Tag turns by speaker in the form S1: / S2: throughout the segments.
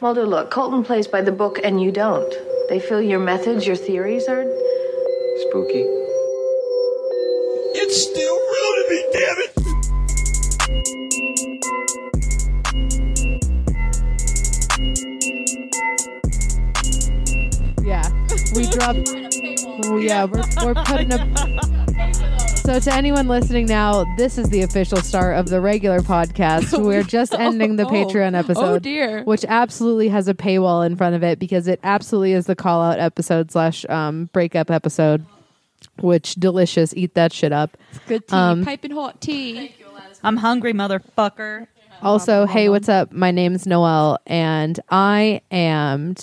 S1: Mulder, look, Colton plays by the book and you don't. They feel your methods, your theories are.
S2: Spooky?
S3: It's still real to me, damn it!
S4: Yeah, we dropped. Oh, yeah, we're, we're putting a. So to anyone listening now, this is the official start of the regular podcast. We're just ending the
S5: Oh.
S4: Patreon episode.
S5: Oh, dear.
S4: Which absolutely has a paywall in front of it because it absolutely is the call out episode slash um, breakup episode. Which delicious, eat that shit up.
S5: Good tea,
S4: Um,
S5: piping hot tea.
S6: I'm hungry, motherfucker.
S4: Also, hey, what's up? My name's Noelle, and I am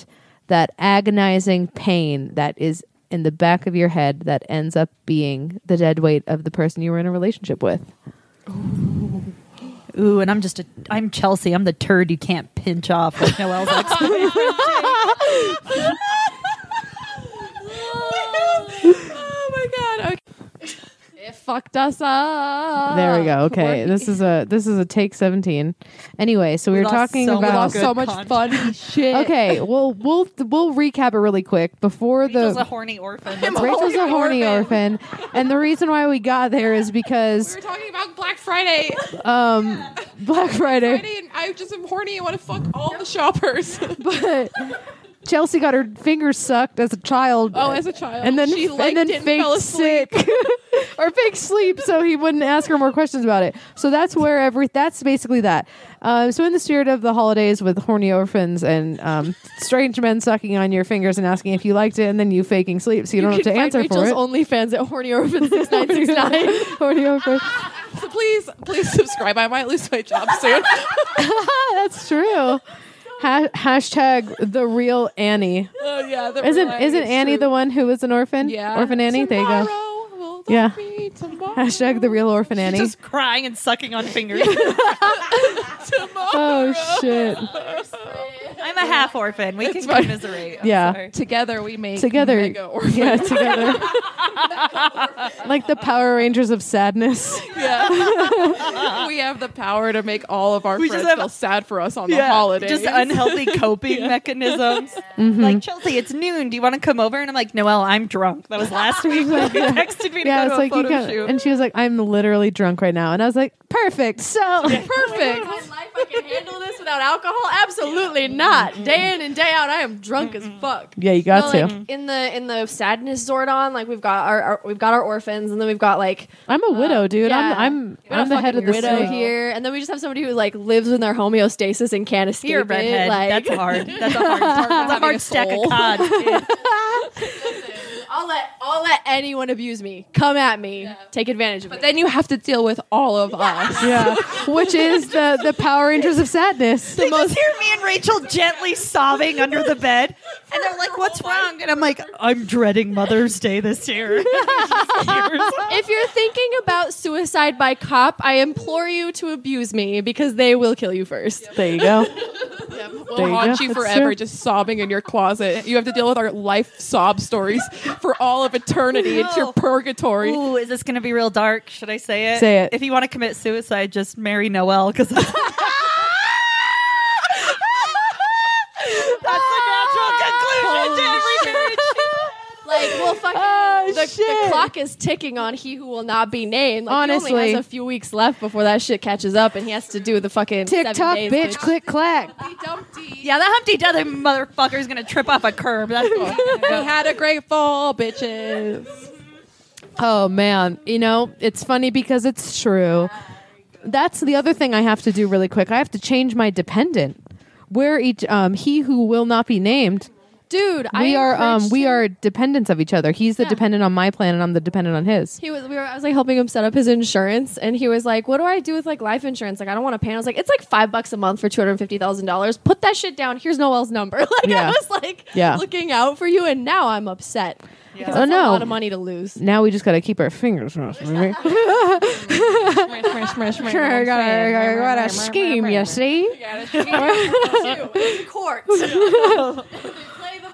S4: that agonizing pain that is in the back of your head that ends up being the dead weight of the person you were in a relationship with.
S6: Ooh, and I'm just a I'm Chelsea. I'm the turd you can't pinch off like Noel's ex.
S5: oh my god! Okay. It fucked us up.
S4: There we
S6: Ah,
S4: go. Okay,
S5: We're-
S4: this is a this is a take seventeen. Anyway, so we, were
S6: lost
S4: talking
S6: so
S4: about
S6: much
S5: lost
S6: good
S5: so much
S6: content.
S5: funny shit.
S4: okay. Well, we'll we'll recap it really quick before
S6: Rachel's
S4: the
S6: a horny orphan. That's all.
S4: Rachel's a horny orphan, and the reason why we got there is because
S5: We were talking about Black Friday.
S4: um Black Friday.
S5: Friday, and I just am horny. I want to fuck all the shoppers.
S4: but Chelsea got her fingers sucked as a child.
S5: oh, as a child,
S4: and then
S5: she
S4: and
S5: liked
S4: then
S5: it and
S4: faked
S5: fell asleep.
S4: sick or fake sleep so he wouldn't ask her more questions about it. So that's where every that's basically that. Um, so in the spirit of the holidays with horny orphans and um, strange men sucking on your fingers and asking if you liked it, and then you faking sleep so you, don't have
S5: can
S4: to
S5: find
S4: answer for
S5: Rachel's
S4: it.
S5: OnlyFans at horny orphan six nine six nine.
S4: horny orphan.
S5: So please, please subscribe. I might lose my job soon.
S4: That's true. Ha- hashtag the real Annie.
S5: oh yeah, the
S4: Isn't
S5: real
S4: isn't
S5: is
S4: Annie
S5: true.
S4: the one who was an orphan?
S5: yeah
S4: Orphan Annie. There you go.
S5: Tomorrow will
S4: Yeah.
S5: not be tomorrow.
S4: Hashtag the real orphan Annie.
S6: Just crying and sucking on fingers.
S5: Tomorrow.
S4: oh shit!
S6: I'm a half orphan. We can commiserate. I'm
S4: Yeah.
S6: sorry.
S5: Together we make
S4: Together,
S5: mega orphan.
S4: yeah, together, like the Power Rangers of sadness.
S5: Yeah. we have the power to make all of our
S6: We just
S5: friends
S6: have-
S5: feel sad for us on the
S6: Yeah,
S5: holidays.
S6: Just unhealthy coping mechanisms.
S4: Mm-hmm.
S6: Like Chelsea, it's noon. Do you want to come over? And I'm like, Noelle, I'm drunk. That was last week. when you texted me to
S4: Yeah,
S6: go
S4: it's
S6: to
S4: like
S6: a
S4: you
S6: photo
S4: can.
S6: shoot.
S4: And she was like, "I'm literally drunk right now," and I was like, "Perfect." So
S5: perfect.
S7: "Oh my life I can handle this without alcohol? Absolutely not. Day in and day out, I am drunk as fuck.
S4: yeah, you got to.
S7: No, like, in the in the sadness Zordon, like we've got our, our we've got our orphans, and then we've got like
S4: I'm a widow, dude.
S7: yeah.
S4: I'm I'm
S7: we got a
S4: I'm the head of
S7: fucking
S4: the
S7: widow
S4: sink.
S7: here, and then we just have somebody who like lives in their homeostasis and can't escape
S6: You're a
S7: it.
S6: redhead.
S7: Like,
S6: That's hard. That's a hard, that's a
S5: having a
S6: hard stack
S5: soul.
S6: of cards. kid.
S7: I'll let I'll let anyone abuse me, come at me, take advantage of me.
S5: But then you have to deal with all of us.
S4: Yeah, which is the the Power Rangers of sadness.
S6: They just hear me and Rachel gently sobbing under the bed, and they're like, "What's wrong?" And I'm like, "I'm dreading Mother's Day this year."
S7: if you're thinking about suicide by cop, I implore you to abuse me because they will kill you first.
S4: There you go. There you
S5: We'll haunt
S4: go.
S5: you,
S4: That's
S5: forever,
S4: true.
S5: just sobbing in your closet. You have to deal with our life sob stories for all of eternity. It's your
S7: Oh.
S6: No.
S5: purgatory.
S6: Ooh, is this going to be real dark? Should I say it?
S4: Say it.
S6: If you want to commit suicide, just marry Noel because that's the natural conclusion to every marriage.
S7: Like, well, fucking,
S4: Oh,
S7: the, the
S4: shit.
S7: clock is ticking on he who will not be named. Like, he
S4: Honestly.
S7: only has a few weeks left before that shit catches up, and he has to do the fucking seven
S4: TikTok,
S7: days,
S4: bitch, click clack.
S6: Yeah, that Humpty Dumpty motherfucker is going to trip off a curb. That's what he's gonna
S5: We
S6: do.
S5: had a great fall, bitches.
S4: Oh man, you know it's funny because it's true. That's the other thing I have to do really quick. I have to change my dependent. Where each um, he who will not be named.
S7: dude. I
S4: We are um,
S7: encouraged
S4: we
S7: him-
S4: are dependents of each other. He's the dependent on my plan, and I'm the dependent on his.
S7: He was. We were. I was like helping him set up his insurance, and he was like, "What do I do with like life insurance? Like, I don't want to pay." And I was like, "It's like five bucks a month for two hundred fifty thousand dollars. Put that shit down. Here's Noel's number." Like,
S4: Yeah.
S7: I was like,
S4: Yeah.
S7: looking out for you, and now I'm upset because
S4: Oh,
S7: that's
S4: no.
S7: a lot of money to lose.
S4: Now we just got to keep our fingers crossed. right? Sure, I got a, I got a scheme, you see?
S7: Court.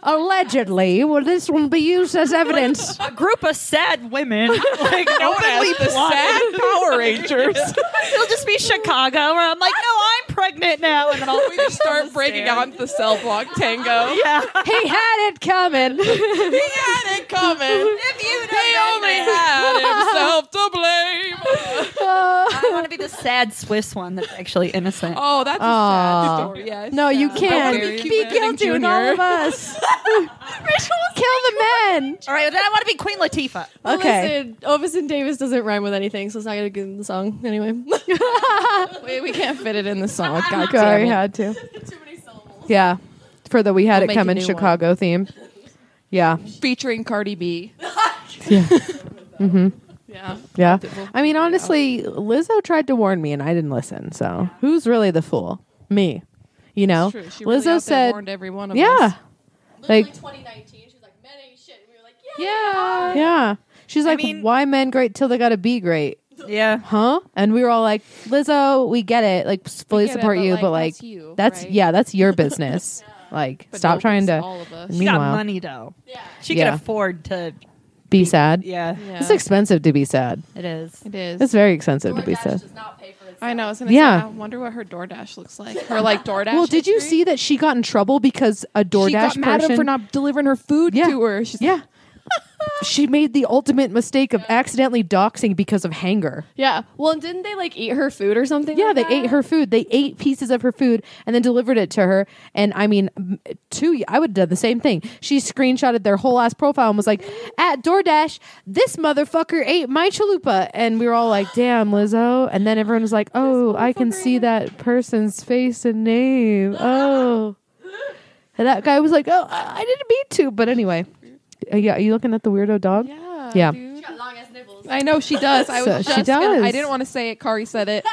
S4: Allegedly, will this one be used as evidence?
S6: a group of sad women, like openly
S5: the
S6: plotting.
S5: sad Power Rangers.
S6: It'll just be Chicago, where I'm like, no, I'm pregnant now, and then I'll
S5: We just start breaking out into the cell block tango.
S6: Yeah.
S4: he had it coming.
S5: He had it coming. If you he only had himself to blame.
S6: I want to be the sad Swiss one that's actually innocent.
S5: Oh, that's
S4: Aw.
S5: a sad story. Yeah, it's
S4: No, you
S5: sad.
S4: can't
S5: Very
S4: be
S5: Cuban Gooding
S4: guilty with all
S5: Jr..
S4: of us. Kill the men.
S6: All right, then I want to be Queen Latifah.
S4: Okay.
S7: Listen, Ovis and Davis doesn't rhyme with anything, so it's not gonna get in the song anyway.
S4: We, we can't fit it in the song. God
S5: damn it.
S4: had to. Yeah, for the we had
S5: We'll
S4: it
S5: make
S4: coming
S5: a new one.
S4: Chicago theme. Yeah,
S5: Featuring Cardi B.
S4: yeah. I mean, honestly, Lizzo tried to warn me, and I didn't listen. So who's really the fool? Me. You know,
S5: True. She really
S4: Lizzo
S5: out there
S4: said,
S5: warned every one of
S4: "Yeah,
S5: us.
S4: Like-
S7: 2019, she was like, "Men ain't shit," and we were like, "Yeah."
S5: Yeah.
S4: yeah." She's like,
S6: mean-
S4: "Why men great till they gotta be great?"
S6: Yeah.
S4: Huh? And we were all like, "Lizzo, we get it. Like, fully
S5: get it,
S4: support
S5: but,
S4: you,
S5: like,
S4: but like,
S5: that's you,
S4: that's
S5: right?
S4: yeah, that's your business. Like,
S5: But
S4: stop
S5: don't
S4: trying
S5: listen
S4: to."
S5: All of us.
S6: She got
S4: Meanwhile,
S6: money though.
S7: Yeah.
S6: She
S4: Yeah.
S6: can afford to.
S4: be sad.
S6: Yeah,
S5: Yeah.
S4: It's expensive to be sad.
S6: it is.
S5: It is.
S4: It's very expensive to be
S7: DoorDash
S4: sad.
S7: does not pay for itself.
S5: I know. I was gonna
S4: Yeah.
S5: say. I wonder what her DoorDash looks like. Her like DoorDash.
S4: Well, did you
S5: history?
S4: see that she got in trouble because a DoorDash
S5: she got mad at
S4: person?
S5: him for not delivering her food
S4: Yeah.
S5: to her. She's
S4: yeah. she made the ultimate mistake of accidentally doxing because of hanger.
S7: Yeah. Well, and didn't they like eat her food or something?
S4: Yeah,
S7: like
S4: they
S7: that?
S4: ate her food. They ate pieces of her food and then delivered it to her. And I mean, m- two, I would have done the same thing. She screenshotted their whole ass profile and was like, at DoorDash, this motherfucker ate my chalupa. And we were all like, damn, Lizzo. And then everyone was like, oh, I can see that person's face and name. Oh. And that guy was like, oh, I I didn't mean to. But anyway, Uh, yeah, are you looking at the weirdo dog?
S5: yeah.
S4: Yeah.
S5: dude.
S7: She got long ass nipples.
S5: I know she does. I
S4: So
S5: was
S4: she
S5: just gonna- I
S4: does.
S5: didn't want to say it. Kari said it,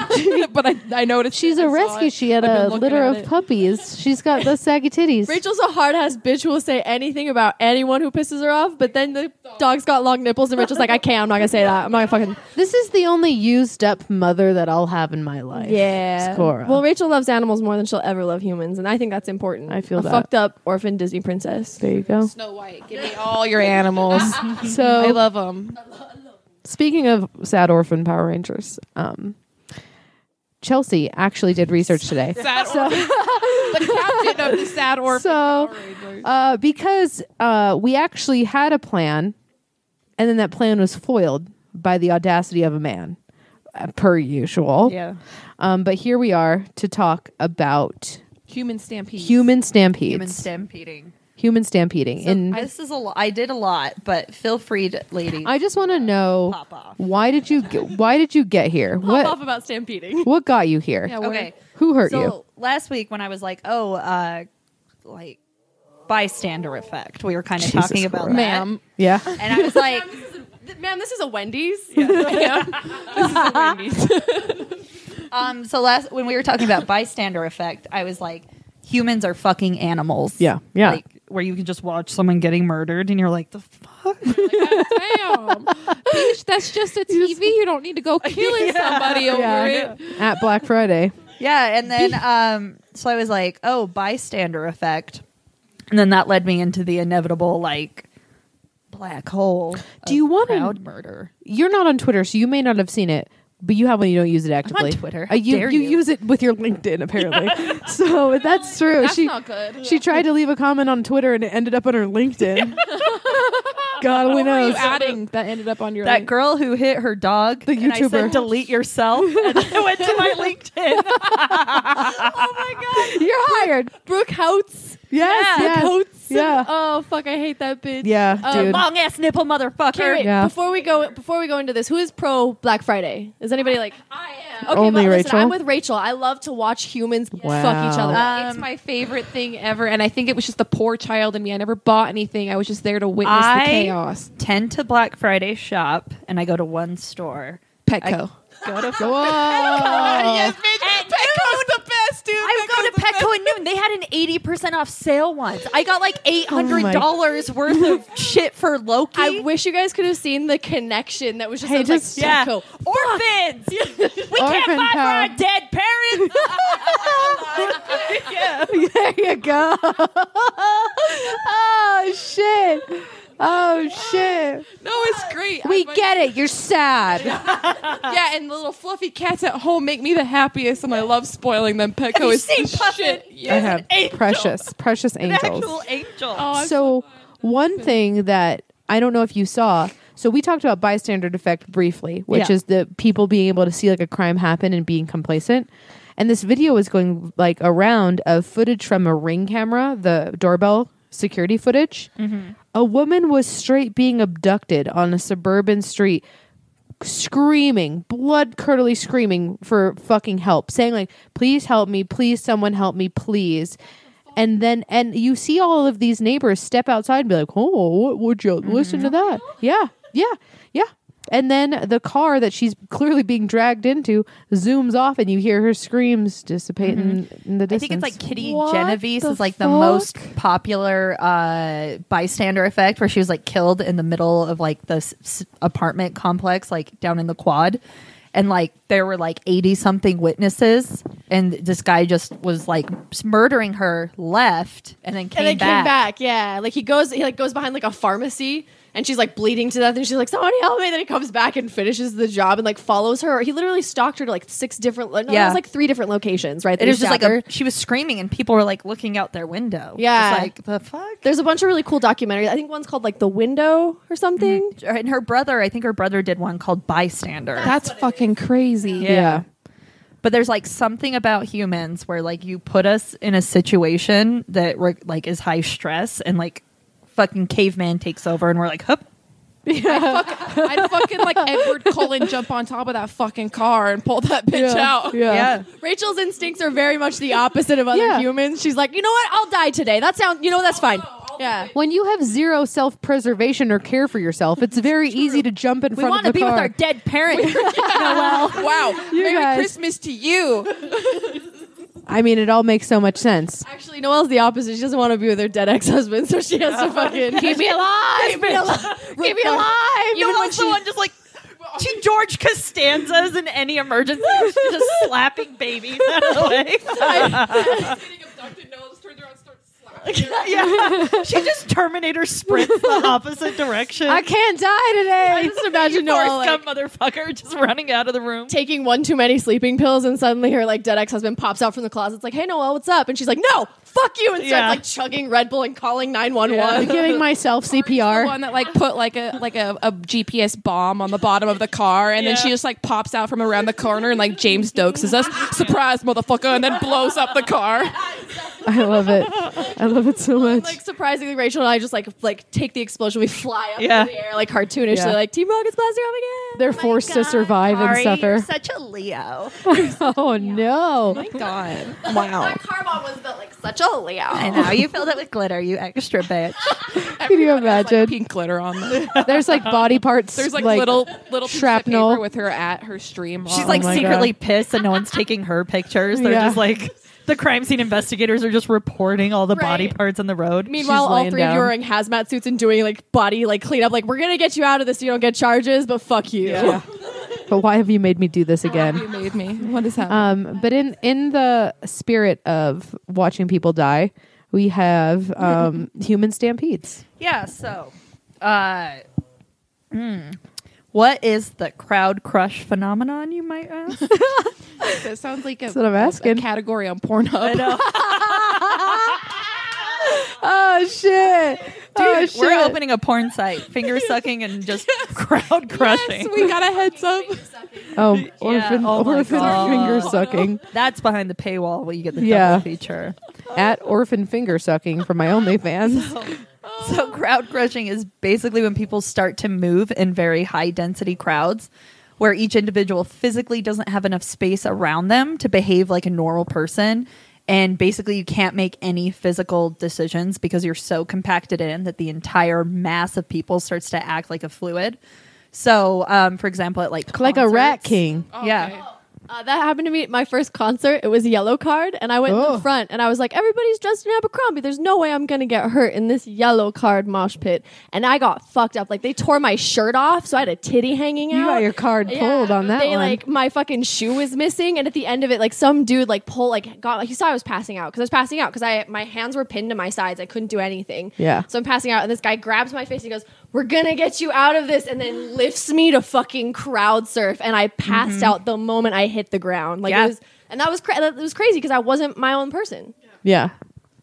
S5: but I, I noticed.
S4: She's
S5: it. I
S4: a
S5: saw
S4: rescue.
S5: it.
S4: She had
S5: I've been
S4: a
S5: looking
S4: litter
S5: at
S4: of
S5: it.
S4: puppies. She's got the saggy titties.
S7: Rachel's a hard ass bitch who will say anything about anyone who pisses her off, but then the dog's got long nipples, and Rachel's like, I can't, I'm not gonna say that. I'm not gonna fucking.
S4: This is the only used up mother that I'll have in my life. Scora.
S7: Well, Rachel loves animals more than she'll ever love humans, and I think that's important.
S4: I feel
S7: a
S4: that.
S7: fucked up orphan Disney princess.
S4: there you go.
S5: Snow White. Give me all your animals. I
S4: So,
S5: love them.
S4: speaking of sad orphan Power Rangers, um, Chelsea actually did research today.
S5: Sad orphan. the captain of the sad orphan.
S4: So, uh, because uh, we actually had a plan, and then that plan was foiled by the audacity of a man, uh, per usual.
S6: Yeah,
S4: Um, but here we are to talk about
S5: human stampede.
S4: human stampedes.
S6: human stampeding.
S4: Human stampeding. in
S6: this is a lot. I did a lot, but feel free, to, lady.
S4: I just want to know
S6: Pop off.
S4: why did you get, why did you get here?
S7: Pop off
S4: What
S7: about stampeding.
S4: what got you here?
S5: Yeah,
S6: okay.
S4: Who hurt
S6: so
S4: you?
S6: last week when I was like, oh, uh, like bystander effect, we were kind of
S4: Jesus
S6: talking about
S4: Christ.
S6: that,
S5: ma'am.
S4: Yeah.
S6: and I was like,
S7: Ma'am, this is a Wendy's.
S6: um, so last when we were talking about bystander effect, I was like, humans are fucking animals.
S4: Yeah, yeah.
S6: Like where you can just watch someone getting murdered, and you're like, the fuck.
S5: Damn. Bitch, that's just a TV. You don't need to go killing somebody over
S4: Yeah.
S5: it.
S4: At Black Friday.
S6: Yeah, and then um, so I was like, oh, bystander effect, and then that led me into the inevitable like black hole.
S4: Do you want
S6: crowd
S4: to
S6: murder?
S4: You're not on Twitter, so you may not have seen it, but you have when you don't use it actively.
S6: Twitter.
S4: Uh, you,
S6: How dare
S4: you
S6: you.
S4: use it with your LinkedIn apparently. So if that's true.
S5: That's
S4: she
S5: not good.
S4: she tried to leave a comment on Twitter and it ended up on her LinkedIn. God only
S5: What were
S4: knows.
S5: you adding that ended up on your
S6: That
S5: link?
S6: girl who hit her dog.
S4: The
S6: and I
S4: YouTuber.
S6: said, delete yourself. And I went to my LinkedIn.
S4: You're hired.
S7: Brooke Houts.
S4: Yes.
S7: Brooke
S4: yes.
S7: Houts.
S4: Yeah.
S7: Oh fuck, I hate that bitch.
S4: Yeah,
S7: Uh,
S4: dude.
S6: Long ass nipple
S7: Okay,
S6: motherfucker.
S7: wait,
S4: Yeah.
S7: before we go before we go into this, who is pro Black Friday? Is anybody like I am. Okay,
S4: Only
S7: but listen,
S4: Rachel?
S7: I'm with Rachel. I love to watch humans fuck each other.
S4: Wow.
S5: it's my favorite thing ever, and I think it was just the poor child in me. I never bought anything. I was just there to witness
S6: I-
S5: the chaos.
S6: Tend to Black Friday shop, and I go to one store.
S5: Petco.
S6: Go to
S4: Whoa.
S5: Petco's the best, dude.
S6: I would go to Petco at noon. They had an eighty percent off sale once. I got like eight hundred dollars worth of shit for Loki.
S7: I wish you guys could have seen the connection that was Uh, just,
S4: Hey,
S6: yeah,
S4: just-
S7: I was like, Sicko.
S6: orphans. we
S4: Orphan
S6: can't buy
S4: power.
S6: for our dead parents.
S4: There you go. oh shit. Oh shit.
S5: No, it was great.
S4: We
S5: I was-
S4: get it. You're sad.
S5: Yeah, and the little fluffy cats at home make me the happiest, and I love spoiling them. Petco
S6: you
S5: is
S6: seen
S5: the
S6: Puffin?
S5: shit.
S4: I
S5: Yeah.
S4: have
S6: angel.
S4: precious, precious
S6: An
S4: angels.
S6: actual angel.
S5: Oh, I'm
S4: so one thing that I don't know if you saw. So we talked about bystander effect briefly, which
S6: Yeah.
S4: is the people being able to see like a crime happen and being complacent. And this video was going like around of footage from a ring camera, the doorbell security footage. A woman was straight being abducted on a suburban street, screaming, blood curdly screaming for fucking help, saying like, "Please help me, please someone help me, please." And then and you see all of these neighbors step outside and be like, "Oh, what would
S6: Mm-hmm.
S4: you listen to that?" Yeah, yeah, yeah. And then the car that she's clearly being dragged into zooms off, and you hear her screams dissipate in, in the
S6: Mm-hmm. I
S4: distance.
S6: think it's like Kitty
S4: What
S6: Genovese
S4: the
S6: is like the
S4: fuck?
S6: most popular uh, bystander effect, where she was like killed in the middle of like this s- apartment complex, like down in the quad, and like there were like eighty something witnesses, and this guy just was like s- murdering her, left, and then came
S7: and then
S6: back.
S7: came back. Yeah, like he goes, he like goes behind like a pharmacy, and she's like bleeding to death, and she's like, "Somebody help me!" Then he comes back and finishes the job and like follows her. He literally stalked her to like six different, no, yeah,
S6: Yeah.
S7: it was like three different locations, right? that
S6: It
S7: he
S6: was just like
S7: stabbed her.
S6: a, she was screaming, and people were like looking out their window.
S7: Yeah.
S6: Just like the fuck.
S7: There's a bunch of really cool documentaries. I think one's called like The Window or something.
S6: And her brother, I think her brother did one called Bystander.
S5: That's fucking crazy.
S4: yeah.
S6: but there's like something about humans where like you put us in a situation that we're, like is high stress and like fucking caveman takes over and we're like hup
S5: I'd fucking like Edward Cullen jump on top of that fucking car and pull that bitch out.
S4: yeah.
S7: Rachel's instincts are very much the opposite of other
S4: Yeah.
S7: humans. She's like, you know what? I'll die today. That sounds, you know, that's fine. Yeah.
S4: When you have zero self preservation or care for yourself, it's very easy to jump in
S7: We
S4: front
S7: want
S4: of the
S7: to be
S4: car.
S7: with our dead parent.
S5: Wow.
S4: You
S5: Merry
S4: guys.
S5: Christmas to you.
S4: I mean, it all makes so much sense.
S7: Actually, Noelle's the opposite. She doesn't want to be with her dead ex husband, so she has to fucking keep me alive. Keep me alive. Keep me alive.
S6: you
S7: Even
S6: know
S7: when
S6: also
S7: she,
S6: one just like she George Costanza's in any emergency she's just slapping babies out of the way yeah she just Terminator sprints the opposite direction
S7: I can't die today. I just imagine Noelle
S6: Forrest
S7: like,
S6: Gump motherfucker just running out of the room
S7: taking one too many sleeping pills, and suddenly her like dead ex husband pops out from the closet. It's like, hey Noelle, what's up? And she's like, no, fuck you, and starts
S6: Yeah.
S7: like chugging Red Bull and calling nine one
S4: I'm
S7: one.
S4: giving myself
S5: The
S4: CPR.
S5: one that like put like a like a, a GPS bomb on the bottom of the car, and then she just like pops out from around the corner and like James Dokes is us, surprise motherfucker, and then blows up the car.
S4: I love it. I love it so much.
S7: Like surprisingly, Rachel and I just like like take the explosion, we fly up
S6: Yeah.
S7: in the air like cartoonishly,
S4: Yeah.
S7: like Team Rocket's blasting off again.
S4: They're forced to survive and suffer.
S6: such a Leo
S4: Oh no!
S5: God.
S7: That car bomb was built like such a
S6: I
S7: layout.
S6: know you filled it with glitter you extra bitch
S4: Can you
S5: Like
S4: imagine?
S5: pink glitter on them.
S4: There's like body parts.
S5: There's like, little little pieces of
S4: shrapnel.
S5: paper with her at her stream.
S6: She's
S5: on.
S6: like
S4: my God.
S6: secretly pissed that no one's taking her pictures. They're
S4: Yeah.
S6: just like the crime scene investigators are just reporting all the body
S7: Right.
S6: parts on the road.
S7: Meanwhile,
S4: She's
S7: all
S4: laying
S7: three of you
S4: down.
S7: are wearing hazmat suits and doing like body like cleanup. Like we're gonna get you out of this. so You don't get charges, but fuck you.
S4: But why have you made me do this
S5: you
S4: again?
S5: made me. What is happening?
S4: Um, but in in the spirit of watching people die, we have um, human stampedes.
S6: yeah. So, uh, hmm. what is the crowd crush phenomenon? You might ask.
S5: that sounds like a,
S4: That's what I'm asking.
S5: category on Pornhub.
S4: Oh shit! oh shit!
S6: We're opening a porn site, finger sucking and just crowd crushing.
S5: we got a heads up.
S4: Oh, orphan,
S6: oh my
S4: orphan
S6: God.
S4: finger sucking.
S6: That's behind the paywall where you get the
S4: Yeah.
S6: double feature.
S4: At orphan finger sucking for my OnlyFans.
S6: So crowd crushing is basically when people start to move in very high density crowds where each individual physically doesn't have enough space around them to behave like a normal person and basically you can't make any physical decisions because you're so compacted in that the entire mass of people starts to act like a fluid. So, um, for example, at like
S4: like a rat
S6: concerts-
S4: king.
S6: yeah.
S7: Uh, that happened to me at my first concert. It was Yellow Card, and I went in
S4: Oh.
S7: the front, and I was like, "Everybody's dressed in Abercrombie. There's no way I'm gonna get hurt in this Yellow Card mosh pit." And I got fucked up. Like they tore my shirt off, so I had a titty hanging out.
S4: You got your card
S7: Yeah,
S4: pulled on that
S7: they,
S4: one.
S7: Like my fucking shoe was missing, and at the end of it, like some dude like pulled like got like, he saw I was passing out because I was passing out because I my hands were pinned to my sides. I couldn't do anything.
S4: Yeah.
S7: So I'm passing out, and this guy grabs my face and he goes, we're gonna get you out of this, and then lifts me to fucking crowd surf, and I passed out the moment I hit the ground. Like
S6: Yeah.
S7: it was, and that was cra- that was crazy because I wasn't my own person.
S4: Yeah.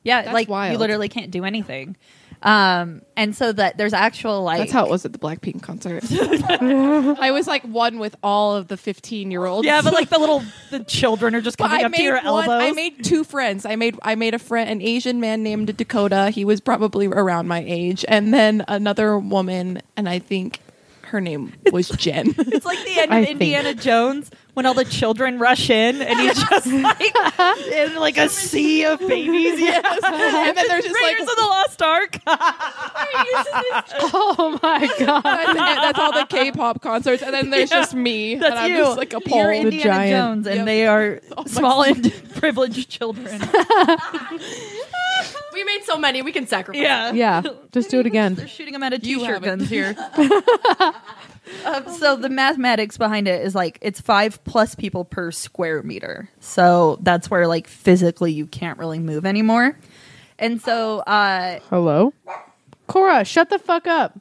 S6: Yeah, like you
S4: wild.
S6: literally can't do anything. Um, and so that there's actual like
S5: That's how it was at the Blackpink concert. I was like one with all of the 15 year olds.
S2: Yeah, but like the little the children are just
S5: But
S2: coming
S5: I
S2: up to
S5: made
S2: your
S5: one,
S2: elbows.
S5: I made two friends. I made I made a friend, an Asian man named Dakota. He was probably around my age, and then another woman, and I think her name was Jen.
S2: it's like the end
S4: I
S2: of
S4: think-
S2: Indiana Jones when all the children rush in and he's just like in like a sea of babies. Yes.
S5: and then there's just like
S2: Raiders of the Lost Ark.
S4: Oh my god.
S5: that's, that's all the K-pop concerts, and then there's just me.
S2: That's
S5: and I'm
S2: you.
S5: just like a pole.
S6: you're Indiana
S4: giant.
S6: Jones and
S5: Yep.
S6: they are
S2: Small and privileged children.
S7: We made so many, we can sacrifice.
S2: Yeah.
S4: Yeah. Just do it
S6: They're
S4: again.
S6: shooting them out of
S5: You
S6: t-shirt
S5: haven't.
S6: guns here. Um, so the mathematics behind it is like it's five plus people per square meter. So that's where like physically you can't really move anymore. And so, uh,
S4: Hello? Cora, shut the fuck up.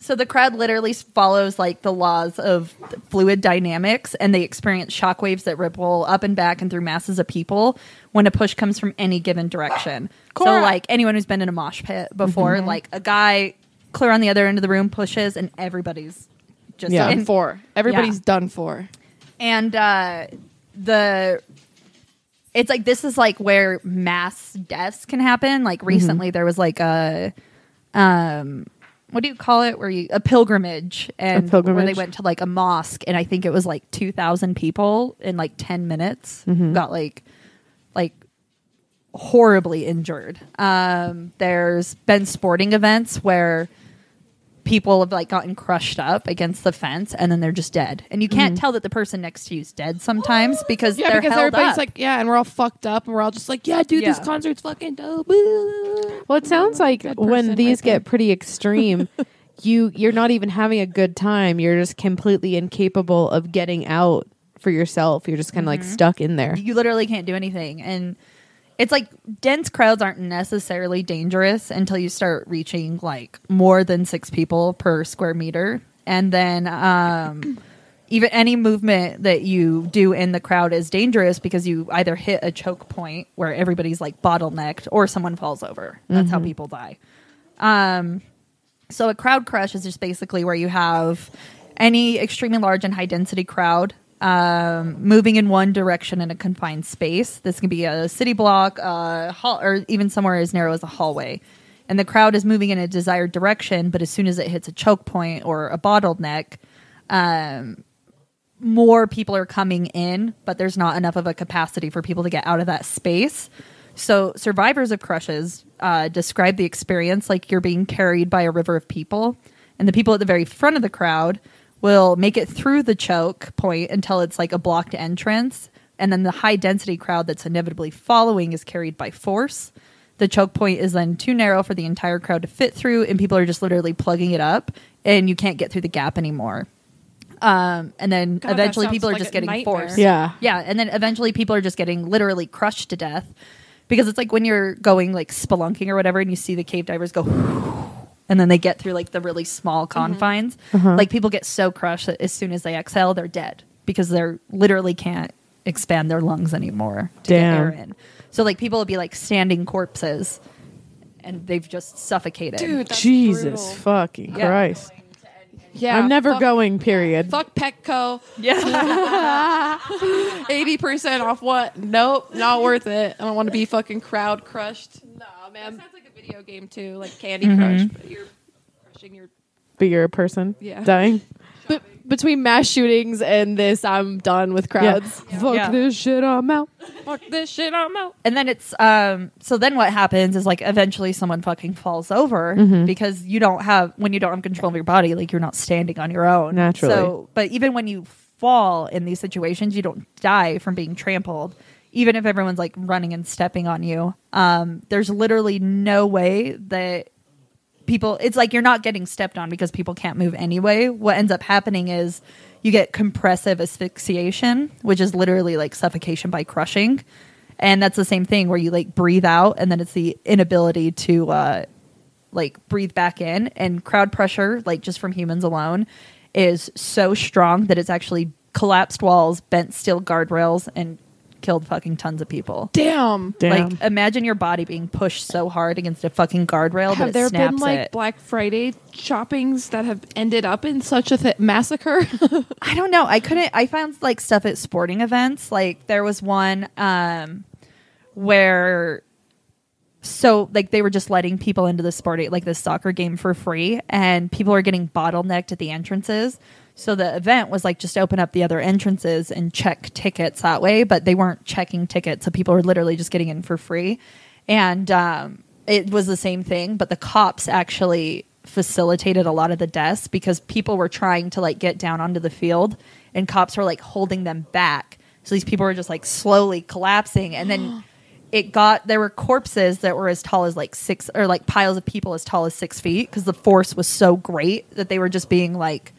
S6: so the crowd literally follows like the laws of fluid dynamics, and they experience shockwaves that ripple up and back and through masses of people when a push comes from any given direction. So,
S5: Cora.
S6: like anyone who's been in a mosh pit before, like a guy clear on the other end of the room pushes, and everybody's just
S4: Yeah.
S6: in,
S5: for. Everybody's
S6: Yeah.
S5: done for.
S6: and uh, the it's like this is like where mass deaths can happen. Like recently, there was like a um, what do you call it? Where you a pilgrimage and where they
S4: pilgrimage.
S6: went to like a mosque, and I think it was like two thousand people in like ten minutes got like like horribly injured. Um, there's been sporting events where people have like gotten crushed up against the fence and then they're just dead. And you can't tell that the person next to you is dead sometimes because
S5: Mm. Yeah,
S6: they're
S5: because
S6: held
S5: everybody's
S6: up.
S5: like, yeah, and we're all fucked up, and we're all just like, yeah, dude, this
S6: Yeah.
S5: concert's fucking dope.
S4: Well, it sounds like when
S5: person
S4: these
S5: right there.
S4: get pretty extreme, you you're not even having a good time. You're just completely incapable of getting out for yourself. You're just kind of like stuck in there.
S6: you literally can't do anything and it's like dense crowds aren't necessarily dangerous until you start reaching like more than six people per square meter and then um even any movement that you do in the crowd is dangerous because you either hit a choke point where everybody's like bottlenecked or someone falls over that's how people die so a crowd crush is just basically where you have any extremely large and high density crowd um, moving in one direction in a confined space. This can be a city block, a hall, or even somewhere as narrow as a hallway. And the crowd is moving in a desired direction, but as soon as it hits a choke point or a bottleneck, more people are coming in, but there's not enough of a capacity for people to get out of that space. So, survivors of crushes uh, describe the experience like you're being carried by a river of people, and the people at the very front of the crowd will make it through the choke point until it's like a blocked entrance, and then the high density crowd that's inevitably following is carried by force. The choke point is then too narrow for the entire crowd to fit through, and people are just literally plugging it up, and you can't get through the gap anymore. Um, and then
S5: God, that
S6: eventually
S5: sounds
S6: people are
S5: like
S6: just
S5: a
S6: getting
S5: nightmare.
S6: forced.
S4: Yeah.
S6: Yeah. And then eventually people are just getting literally crushed to death because it's like when you're going like spelunking or whatever and you see the cave divers go and then they get through like the really small
S5: Mm-hmm.
S6: confines.
S4: Uh-huh.
S6: Like people get so crushed that as soon as they exhale, they're dead because they're literally can't expand their lungs anymore to
S4: Damn.
S6: get air in. So like people will be like standing corpses and they've just suffocated.
S4: Jesus fucking
S6: Yeah.
S4: Christ.
S5: Yeah,
S4: I'm never
S5: fuck,
S4: going, period.
S5: Fuck Petco.
S2: Yeah.
S5: Eighty percent off what? Nope, not worth it. I don't want to be fucking crowd crushed. Nah, man. That sounds like a video game too, like Candy
S6: Mm-hmm.
S5: Crush. But you're crushing your.
S4: But you're a person
S5: Yeah.
S4: dying.
S7: But between mass shootings and this, I'm done with
S4: Yeah.
S7: crowds.
S4: Fuck
S6: Yeah.
S4: this shit, I'm out.
S5: Fuck this shit, I'm out.
S6: and then it's um so then what happens is like eventually someone fucking falls over because you don't have when you don't have control of your body like you're not standing on your own
S4: Naturally.
S6: so but even when you fall in these situations you don't die from being trampled even if everyone's like running and stepping on you um there's literally no way that people it's like you're not getting stepped on because people can't move anyway what ends up happening is you get compressive asphyxiation which is literally like suffocation by crushing and that's the same thing where you like breathe out and then it's the inability to uh like breathe back in and crowd pressure like just from humans alone is so strong that it's actually collapsed walls, bent steel guardrails and killed fucking tons of people.
S5: Damn.
S2: Damn.
S6: Like imagine your body being pushed so hard against a fucking guardrail that
S5: Have
S6: it
S5: there
S6: snaps
S5: been like
S6: it.
S5: Black Friday shoppings that have ended up in such a th- massacre?
S6: I don't know. I couldn't. I found like stuff at sporting events. Like there was one um, where so like they were just letting people into the sporting like this soccer game for free, and people are getting bottlenecked at the entrances. So the event was like just open up the other entrances and check tickets that way, but they weren't checking tickets, so people were literally just getting in for free, and um, it was the same thing. But the cops actually facilitated a lot of the deaths because people were trying to like get down onto the field and cops were like holding them back. So these people were just like slowly collapsing and then it got there were corpses that were as tall as like six or like piles of people as tall as six feet because the force was so great that they were just being like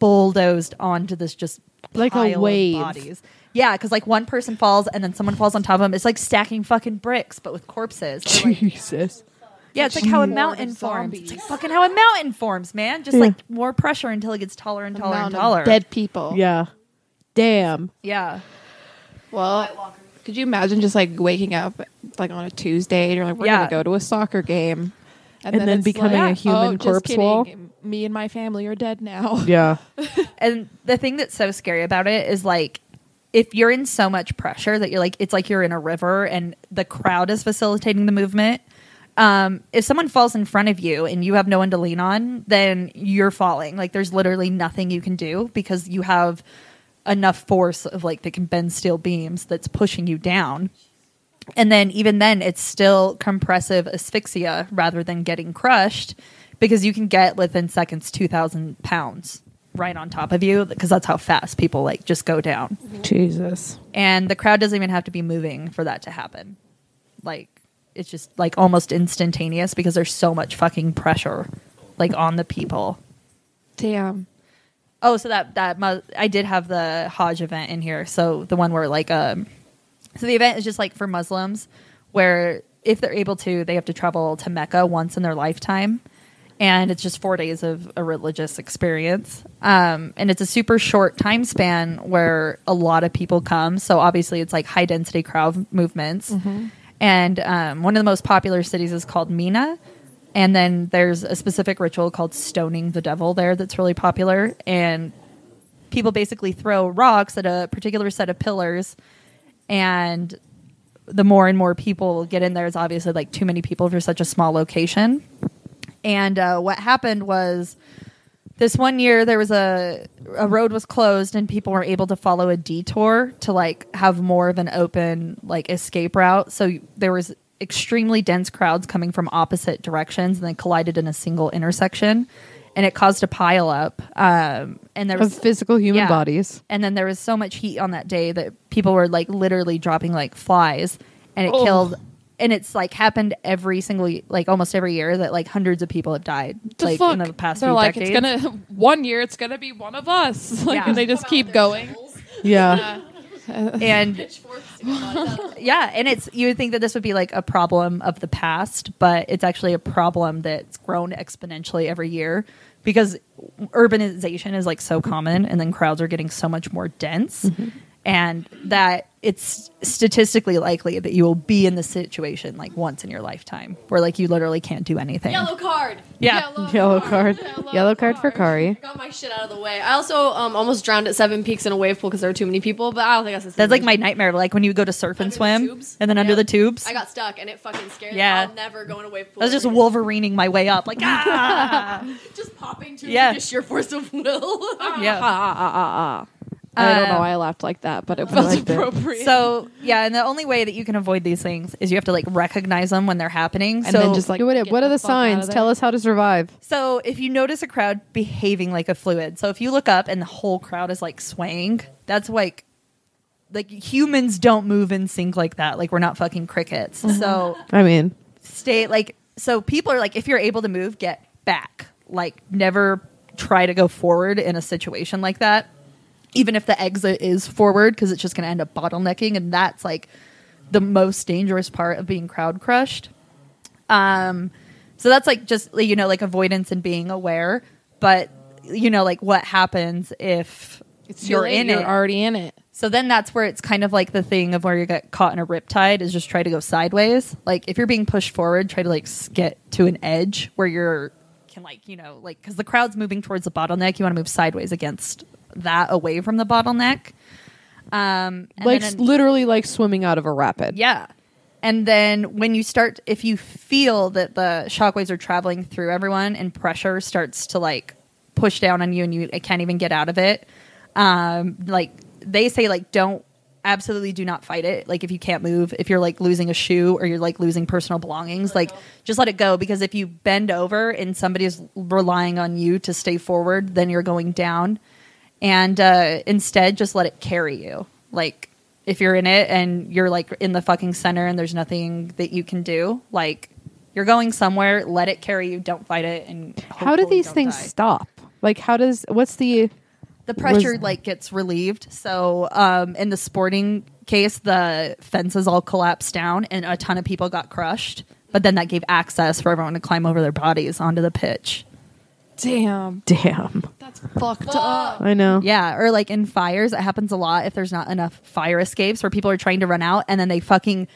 S6: bulldozed onto this just
S4: Like a
S6: pile of
S4: wave.
S6: bodies. Yeah, because like one person falls and then someone falls on top of them. It's like stacking fucking bricks, but with corpses. They're, like,
S4: Jesus.
S6: yeah, it's like how a
S5: more
S6: mountain
S5: of
S6: forms. It's like
S5: zombies.
S6: fucking how a mountain forms, man. Just like more pressure until it gets taller and taller and
S5: Amount of
S6: taller.
S5: Dead people.
S4: Yeah. Damn.
S6: Yeah.
S5: Well, could you imagine just like waking up like on a Tuesday and you're like, we're
S6: Yeah.
S5: gonna go to a soccer game,
S4: And then
S5: it's
S4: becoming a human
S5: oh, just
S4: corpse
S5: kidding.
S4: wall?
S5: Me and my family are dead now.
S4: Yeah.
S6: And the thing that's so scary about it is like if you're in so much pressure that you're like it's like you're in a river and the crowd is facilitating the movement. Um, if someone falls in front of you and you have no one to lean on, then you're falling. Like there's literally nothing you can do because you have enough force of like that can bend steel beams that's pushing you down. And then even then, it's still compressive asphyxia rather than getting crushed because you can get within seconds 2,000 pounds right on top of you because that's how fast people like just go down.
S4: Jesus.
S6: And the crowd doesn't even have to be moving for that to happen. Like it's just like almost instantaneous because there's so much fucking pressure like on the people.
S5: Damn.
S6: Oh, so that that mu- I did have the Hajj event in here. So the one where like um, so the event is just like for Muslims, where if they're able to, they have to travel to Mecca once in their lifetime, and it's just four days of a religious experience. Um, and it's a super short time span where a lot of people come. So obviously, it's like high density crowd movements. And um, one of the most popular cities is called Mina, and then there's a specific ritual called stoning the devil there that's really popular. And people basically throw rocks at a particular set of pillars. And the more and more people get in there, it's obviously like too many people for such a small location. And uh, what happened was this one year there was a a road was closed and people were able to follow a detour to like have more of an open like escape route so y- there was extremely dense crowds coming from opposite directions and they collided in a single intersection and it caused a pile up um, and there
S4: Of
S6: was
S4: physical human
S6: yeah.
S4: bodies.
S6: and then there was so much heat on that day that people were like literally dropping like flies and it killed
S5: Oh.
S6: and it's like happened every single y- like almost every year that like hundreds of people have died
S5: The
S6: like
S5: fuck?
S6: in the past
S5: They're
S6: few
S5: like,
S6: decades.
S5: it's gonna one year, it's gonna be one of us. Like,
S6: Yeah.
S5: and they just keep going.
S4: Yeah.
S6: and yeah and it's you would think that this would be like a problem of the past but it's actually a problem that's grown exponentially every year because urbanization is like so common and then crowds are getting so much more dense
S7: Mm-hmm.
S6: and that it's statistically likely that you will be in this situation like once in your lifetime where like you literally can't do anything
S7: Yellow card.
S6: yeah
S4: Yellow card. Yellow card for Kari.
S7: Got my shit out of the way. I also um, almost drowned at Seven Peaks in a wave pool because there were too many people, but I don't think that's the same
S6: that's like
S7: thing.
S6: my nightmare like when you go to surf and
S7: Under the
S6: swim
S7: tubes?
S6: and then under
S7: Yep.
S6: the tubes
S7: I got stuck and it fucking scared
S6: Yeah.
S7: me. I'll never go in a wave pool.
S6: I was just
S7: again.
S6: wolverining my way up like ah
S7: Just popping to
S6: Yeah.
S7: yeah. just sheer force of will.
S6: yeah
S5: I don't
S6: Um,
S5: know why I laughed like that, but it felt
S4: liked it.
S5: appropriate.
S6: So yeah, and the only way that you can avoid these things is you have to like recognize them when they're happening.
S5: and
S6: so,
S5: then just like,
S4: What,
S5: get
S4: what are the
S5: fuck out of
S4: signs?
S5: there.
S4: Tell us how to survive.
S6: so if you notice a crowd behaving like a fluid, so if you look up and the whole crowd is like swaying, that's like like humans don't move in sync like that. Like we're not fucking crickets.
S5: Mm-hmm.
S6: So
S4: I mean,
S6: stay like so people are like if you're able to move, get back. Like never try to go forward in a situation like that. Even if the exit is forward, because it's just going to end up bottlenecking, and that's like the most dangerous part of being crowd crushed. Um, So that's like just you know like avoidance and being aware, but you know like what happens if
S5: It's
S6: you're
S5: too late,
S6: in
S5: you're
S6: it.
S5: already in it.
S6: So then that's where it's kind of like the thing of where you get caught in a riptide is just try to go sideways. Like if you're being pushed forward, try to like s- get to an edge where you're can like, you know, like cuz the crowd's moving towards the bottleneck, you want to move sideways against that away from the bottleneck. Um and
S4: like
S6: then-
S4: s- literally like swimming out of a rapid.
S6: yeah. And then when you start, if you feel that the shockwaves are traveling through everyone and pressure starts to like push down on you and you can't even get out of it, um, like they say, like, don't absolutely do not fight it. Like, if you can't move, if you're like losing a shoe or you're like losing personal belongings, like, just let it go because if you bend over and somebody is relying on you to stay forward, then you're going down and uh, instead just let it carry you. Like if you're in it and you're like in the fucking center and there's nothing that you can do, like you're going somewhere, let it carry you. Don't fight it. And
S4: How do
S6: hopefully
S4: these
S6: don't
S4: things
S6: die.
S4: stop? Like how does what's the
S6: The pressure
S4: was-
S6: like gets relieved. So um, in the sporting case, the fences all collapsed down and a ton of people got crushed. But then that gave access for everyone to climb over their bodies onto the pitch.
S5: Damn.
S4: damn?
S7: Fucked up.
S4: I know.
S6: Yeah, or like in fires, it happens a lot if there's not enough fire escapes where people are trying to run out and then they fucking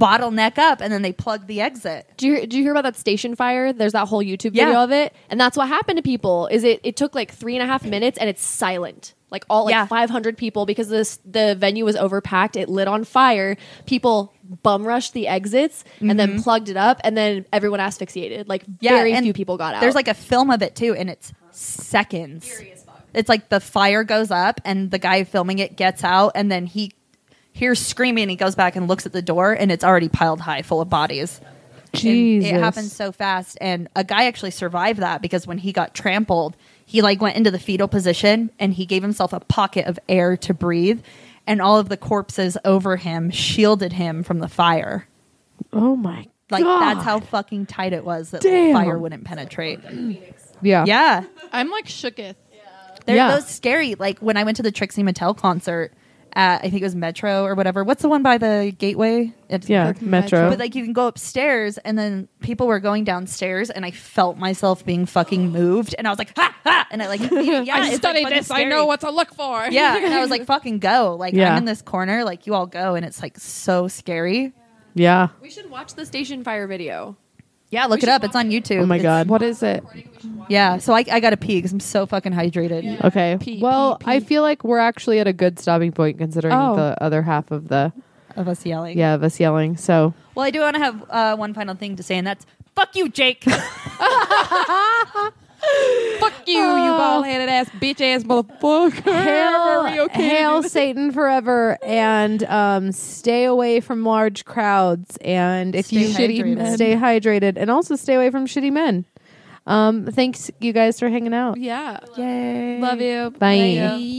S6: bottleneck up and then they plug the exit.
S7: Do you, do you hear about that station fire? There's that whole YouTube
S6: Yeah.
S7: video of it, and that's what happened to people. Is it? It took like three and a half minutes, and it's silent. Like all like
S6: Yeah.
S7: 500 people because this the venue was overpacked. It lit on fire. People bum rushed the exits and then plugged it up, and then everyone asphyxiated. Like very
S6: Mm-hmm. and
S7: few people got out.
S6: There's like a film of it too, and it's seconds. It's like the fire goes up and the guy filming it gets out and then he hears screaming. He goes back and looks at the door and it's already piled high full of bodies. And
S4: Jesus.
S6: It happened so fast. And a guy actually survived that because when he got trampled, he like went into the fetal position and he gave himself a pocket of air to breathe. And all of the corpses over him shielded him from the fire.
S4: oh my
S6: Like
S4: god.
S6: that's how fucking tight it was that
S4: Damn.
S6: the fire wouldn't penetrate.
S4: Yeah.
S6: Yeah.
S5: I'm like shooketh.
S6: They're
S4: Yeah.
S6: those scary. Like when I went to the Trixie Mattel concert at I think it was Metro or whatever. What's the one by the gateway? It's-
S4: Yeah.
S5: Like
S4: Metro.
S6: But like you can go upstairs and then people were going downstairs and I felt myself being fucking moved and I was like ha ha and I like yeah
S5: I
S6: it's, like,
S5: studied
S6: fucking
S5: this. I
S6: scary.
S5: know what to look for.
S6: yeah and I was like fucking go like
S4: Yeah.
S6: I'm in this corner like you all go and it's like so scary
S4: yeah.
S7: we should watch the station fire video.
S6: yeah look it up it's on YouTube
S4: Oh my
S6: It's-
S4: god. What is it?
S6: yeah so I, I gotta pee because I'm so fucking hydrated
S4: Okay.
S5: Pee,
S4: well,
S5: pee,
S4: I feel like we're actually at a good stopping point considering
S5: Oh.
S4: the other half of the
S6: of us yelling
S4: yeah of us yelling. So
S6: well I do want to have uh, one final thing to say and that's fuck you Jake
S5: Fuck you, you
S4: Oh.
S5: bald headed ass bitch ass motherfucker. Are we
S4: hail,
S5: okay to
S4: hail
S5: do this?
S4: Satan forever, and um, stay away from large crowds. And if
S6: Stay
S4: you
S6: hydrated. men.
S4: stay hydrated, and also stay away from shitty men. Um, thanks you guys for hanging out.
S5: Yeah.
S6: yay
S5: Love you.
S4: Bye.
S5: Love you.